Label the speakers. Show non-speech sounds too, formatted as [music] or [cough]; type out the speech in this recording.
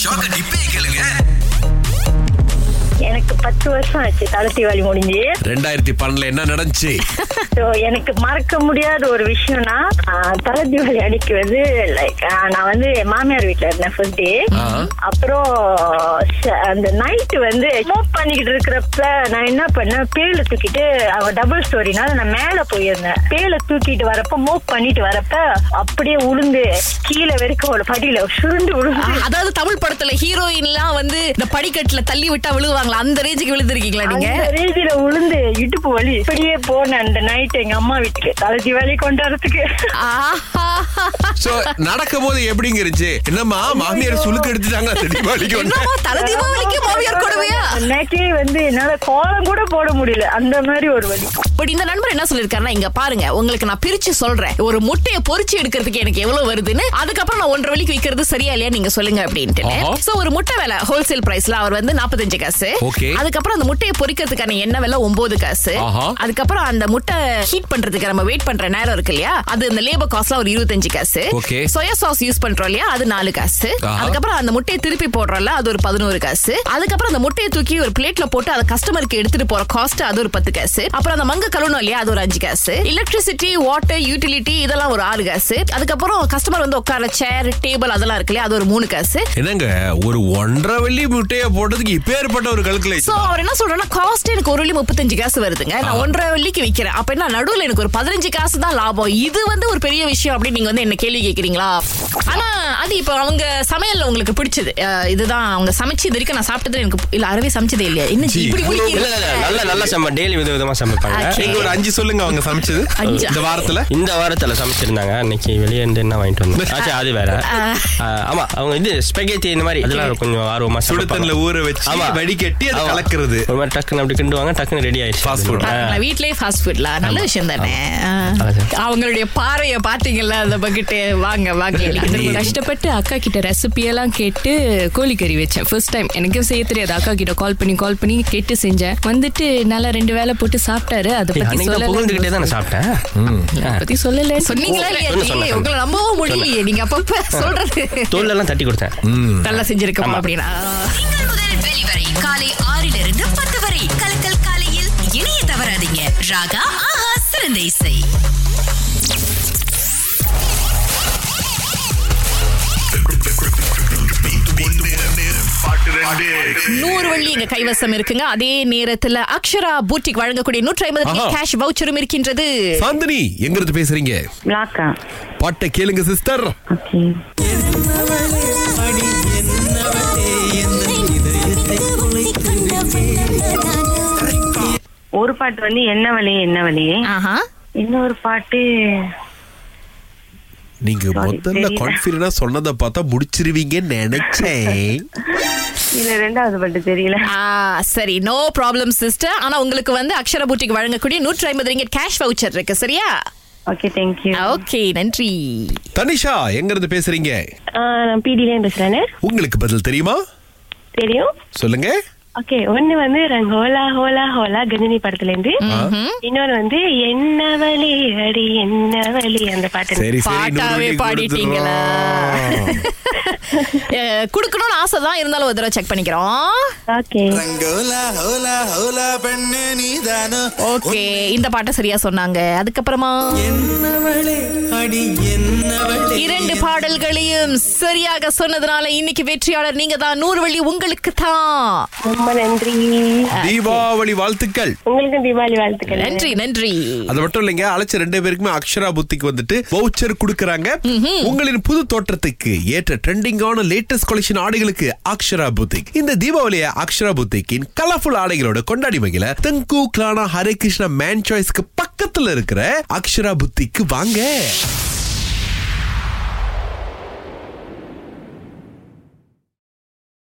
Speaker 1: ஷாக்க டிப்பே கேளுங்க
Speaker 2: எனக்கு பத்து வருஷம் ஆச்சு தலை தீபாவளி முடிஞ்சு
Speaker 3: ரெண்டாயிரத்தி பன்னெண்டுல என்ன நடந்துச்சு
Speaker 2: ஸோ எனக்கு மறக்க முடியாத ஒரு விஷயம்னா ஆஹ், தலை தீபாவளி அன்னைக்கு வந்து லைக் நான் வந்து என் மாமியார் வீட்ல இருந்தேன் ஃபர்ஸ்ட் டே
Speaker 3: ஆ.
Speaker 2: அப்புறம் ச- அந்த நைட் வந்து மூவ் பண்ணிக்கிட்டு இருக்கிறப்ப நான் என்ன பண்ணேன் பேல தூக்கிட்டு அவ டபுள் ஸ்டோரினால நான் மேல போயிருந்தேன் பேல தூக்கிட்டு வரப்ப மூவ் பண்ணிட்டு வரப்ப அப்படியே உளுந்து கீழே வரைக்கும் ஒரு படியில சுருண்டு
Speaker 4: ஆ,
Speaker 2: உளுந்து
Speaker 4: அதாவது தமிழ் படத்துல ஹீரோயின்லாம் வந்து இந்த படிக்கட்டுல தள்ளி விட்டா விழுவாங்களா அந்த ரேஞ்சுக்கு விழுந்திருக்கீங்களா நீங்க
Speaker 2: அந்த ரேதியில உளுந்து இடுப்பு வலி இப்படியே போனேன் அந்த நைட் எங்க அம்மா வீட்டுக்கு தலை தீபாவளி கொண்டாடுறதுக்கு
Speaker 4: ஆஹா.
Speaker 3: சோ நடக்கும் போது எப்படிங்க இருந்துச்சு என்னம்மா மாமியார் சுளுக்கு எடுத்துட்டாங்க தீபாவளிக்கு ஒண்ணு.
Speaker 4: என்னவா தலை தீபாவளிக்கு மாமியார் கொடுமையா
Speaker 2: அன்னைக்கே வந்து என்னால கோலம் கூட போட முடியல அந்த மாதிரி ஒரு வலி
Speaker 4: இப்படி இந்த நண்பர் என்ன சொல்லிருக்காருன்னா இங்க பாருங்க உங்களுக்கு நான் பிரிச்சு சொல்றேன் ஒரு முட்டையை பொரிச்சு எடுக்கிறதுக்கு எனக்கு எவ்வளவு வருதுன்னு அதுக்கப்புறம் நான் ஒன்றரை வழிக்கு விக்கிறது சரியா இல்லையா நீங்க சொல்லுங்க அப்படின்ட்டு
Speaker 3: ஆஹா.
Speaker 4: சோ ஒரு முட்டை விலை ஹோல்சேல் பிரைஸ்ல அவர் வந்து 45 காசு
Speaker 3: Okay.
Speaker 4: அதுக்கப்புறம் அந்த முட்டையை பொரிக்கிறதுக்கான எண்ணெய் விலை ஒன்பது காசு
Speaker 3: ஆஹா.
Speaker 4: அதுக்கப்புறம் அந்த முட்டை ஹீட் பண்றதுக்கு நம்ம வெயிட் பண்ற நேரம் இருக்கு இல்லையா அது அந்த லேபர் காஸ்ட்ல ஒரு இருபத்தஞ்சு காசு
Speaker 3: Okay.
Speaker 4: சோயா சாஸ் யூஸ் பண்றோம் இல்லையா அது நாலு காசு
Speaker 3: ஆஹா.
Speaker 4: அதுக்கப்புறம் அந்த முட்டையை திருப்பி போடுறோம்ல அது ஒரு பதினோரு காசு அதுக்கப்புறம் அந்த முட்டையை தூக்கி ஒரு பிளேட்ல போட்டு அதை கஸ்டமருக்கு எடுத்துட்டு போற காஸ்ட் அது ஒரு பத்து காசு அப்புறம் அந்த மங்க கழுவணும் இல்லையா அது ஒரு அஞ்சு காசு எலக்ட்ரிசிட்டி வாட்டர் யூட்டிலிட்டி இதெல்லாம் ஒரு ஆறு காசு அதுக்கப்புறம் கஸ்டமர் வந்து உட்கார சேர் டேபிள் அதெல்லாம் இருக்கு இல்லையா அது ஒரு மூணு காசு
Speaker 3: என்னங்க ஒரு ஒன்றரை வெள்ளி முட்டைய போட்டதுக்கு இப்பேற்பட்ட ஒரு
Speaker 4: சோ
Speaker 3: கல்குலேஷன்
Speaker 4: அவர் என்ன சொல்றேன்னா காஸ்ட் எனக்கு ஒரு வெள்ளி முப்பத்தஞ்சு காசு வருதுங்க நான் ஒன்றரை வெள்ளிக்கு விக்கிறேன் அப்ப என்ன நடுவுல எனக்கு ஒரு பதினஞ்சு காசு தான் லாபம் இது வந்து ஒரு பெரிய விஷயம் அப்படின்னு நீங்க வந்து என்ன கேள்வி கேக்குறீங்களா ஆனா அது இப்ப அவங்க சமையல்ல உங்களுக்கு பிடிச்சது அஹ் இதுதான் அவங்க சமைச்சு இது வரைக்கும் நான் சாப்பிட்டது எனக்கு இல்ல அறவே சமைச்சதே இல்லையா என்ன
Speaker 3: ஜி,
Speaker 4: இப்படி
Speaker 3: இவ்வளவு
Speaker 4: முழிக்கிறீங்க?
Speaker 5: இல்ல இல்ல நல்ல நல்ல சமை டெய்லி வித விதமா சமைப்பாங்க
Speaker 4: ஆ, சரி.
Speaker 3: நீங்க ஒரு அஞ்சு சொல்லுங்க அவங்க சமைச்சது
Speaker 4: அஞ்சா?
Speaker 3: இந்த வாரத்துல
Speaker 5: இந்த வாரத்துல சமைச்சிருந்தாங்க அன்னைக்கு வெளியே இருந்து என்ன வாங்கிட்டு வந்தோம் ஆச்சு அது வேற ஆ, ஆமா அவங்க இது ஸ்பெகேத்தி இந்த மாதிரி அதெல்லாம் கொஞ்சம் ஆர்வமா
Speaker 3: சுடுதண்ணில
Speaker 5: சமைப்பாங்க.
Speaker 3: ஊற வச்சு
Speaker 5: ஆமா.
Speaker 3: வடிகட்டி அதை
Speaker 5: ஆமா.
Speaker 3: கலக்கிறது
Speaker 5: ஒரு மாதிரி டக்குன்னு அப்படி கிண்டுவாங்க டக்குன்னு ரெடி ஆயிடுச்சு
Speaker 3: Fast food.
Speaker 4: பாத்தீங்களா, வீட்லயே ஃபாஸ்ட் ஃபுட்ல நல்ல விஷயம் தானே ஆ.
Speaker 5: ஆமா.
Speaker 4: அவங்களுடைய பாறைய பாத்தீங்கல்ல அந்த பக்கெட்டு வாங்க வாங்க
Speaker 3: நீ-
Speaker 6: கஷ்டப்பட்டு அக்கா கிட்ட ரெசிபி எல்லாம் கேட்டு கோழிக்கறி வச்சேன் ஃபர்ஸ்ட் டைம் எனக்கும் செய்ய தெரியாது அக்கா கிட்ட கால் பண்ணி கால் பண்ணி கேட்டு செஞ்சேன் வந்துட்டு நல்லா ரெண்டு வேளை போட்டு சாப்பிட்டாரு அதை பத்தி
Speaker 5: அன்னைக்கு தான் புகழ்ந்துகிட்டே
Speaker 6: சொல்லல
Speaker 5: தான் நான் சாப்பிட்டேன் ஆ.
Speaker 6: அதை பத்தி சொல்லல
Speaker 4: சொன்னீங்களா இல்லையா
Speaker 5: சொன்னேன்,
Speaker 4: நீ?
Speaker 5: சொன்னேன்.
Speaker 4: உங்களை நம்பவும் முடியலையே நீங்க அப்பப்ப சொல்றது
Speaker 5: தோல்லெல்லாம் தட்டி கொடுத்தேன்
Speaker 4: நல்லா செஞ்சிருக்கோம்
Speaker 5: ஆமா.
Speaker 4: அப்படின்னா
Speaker 7: திங்கள் முதல் வெளிவரை காலை ஆறிலிருந்து பத்து வரை கலக்கல் காலையில் இணைய தவறாதீங்க ராகா ஆஹா சிறந்த இசை
Speaker 4: நூறு வள்ளி எங்க கைவசம் இருக்குங்க அதே நேரத்துல அக்ஷரா பூட்டிக் வழங்கக்கூடிய நூற்றி ஐம்பது
Speaker 3: ஆஹா.
Speaker 4: கேஷ் வவுச்சரும் இருக்கின்றது
Speaker 3: சாந்தினி எங்க இருந்து பேசுறீங்க
Speaker 2: பிளாக்கா
Speaker 3: பாட்டை கேளுங்க சிஸ்டர்
Speaker 2: ஓகே ஒரு பாட்டு வந்து என்ன வழி என்ன வழி
Speaker 4: ஆஹா
Speaker 2: இன்னொரு பாட்டு
Speaker 3: நீங்க
Speaker 2: Sorry,
Speaker 3: முதல்ல
Speaker 2: தெரியல.
Speaker 3: கான்பிடண்டா சொன்னதை பார்த்தா முடிச்சிருவீங்கன்னு நினைச்சேன்
Speaker 2: இல்ல ரெண்டாவது பாட்டு தெரியல
Speaker 4: ஆ, சரி நோ ப்ராப்ளம் சிஸ்டர் ஆனா உங்களுக்கு வந்து அக்ஷரா பூட்டிக் வழங்கக்கூடிய நூற்றி ஐம்பது ரிங்கெட் கேஷ் வவுச்சர் இருக்கு சரியா
Speaker 2: ஓகே தேங்க்யூ
Speaker 4: ஓகே நன்றி
Speaker 3: தனிஷா எங்க இருந்து பேசுறீங்க
Speaker 2: நான் பிடிலேயும் பேசுறேனே
Speaker 3: உங்களுக்கு பதில் தெரியுமா
Speaker 2: தெரியும்
Speaker 3: சொல்லுங்க
Speaker 2: ஓகே ஒன்னு வந்து ரங்கோலா ஹோலா ஹோலா கஜினி படத்துல இருந்து இன்னொன்னு வந்து என்ன வழி அடி என்ன வழி அந்த பாட்டு
Speaker 3: சரி சரி நூறு
Speaker 4: பாட்டாவே
Speaker 3: வெள்ளி
Speaker 4: பாடிட்டீங்களா
Speaker 3: கொடுத்துடுறோம்.
Speaker 4: [laughs] அஹ், குடுக்கணும்னு ஆசைதான் இருந்தாலும் ஒரு தடவை செக் பண்ணிக்கிறோம்
Speaker 2: ஓகே
Speaker 8: ரங்கோலா ஹோலா ஹோலா பெண்ணு நீதானோ
Speaker 4: ஓகே இந்த பாட்டை சரியா சொன்னாங்க அதுக்கப்புறமா
Speaker 8: என்னவளே அடி என்னவளே
Speaker 4: இரண்டு பாடல்களையும் சரியாக சொன்னதுனால இன்னைக்கு வெற்றியாளர் நீங்க தான் நூறு வழி உங்களுக்கு தான்
Speaker 2: ரொம்ப நன்றி
Speaker 3: தீபாவளி வாழ்த்துக்கள்
Speaker 2: உங்களுக்கும் தீபாவளி வாழ்த்துக்கள்
Speaker 4: நன்றி நன்றி
Speaker 3: அது மட்டும் இல்லைங்க அழைச்ச ரெண்டு பேருக்குமே அக்ஷரா புத்திக்கு வந்துட்டு வவுச்சர் கொடுக்கறாங்க உங்களின் புது தோற்றத்துக்கு ஏற்ற ட்ரெண்டிங்கான லேட்டஸ்ட் கலெக்ஷன் ஆடைகளுக்கு அக்ஷரா புத்திக் இந்த தீபாவளியை அக்ஷரா புத்திக்கின் கலர்ஃபுல் ஆடைகளோட கொண்டாடி மகிழ Tengku Klana Hare Krishna man சாய்ஸ்க்கு பக்கத்துல இருக்கிற அக்ஷரா புத்திக்கு வாங்க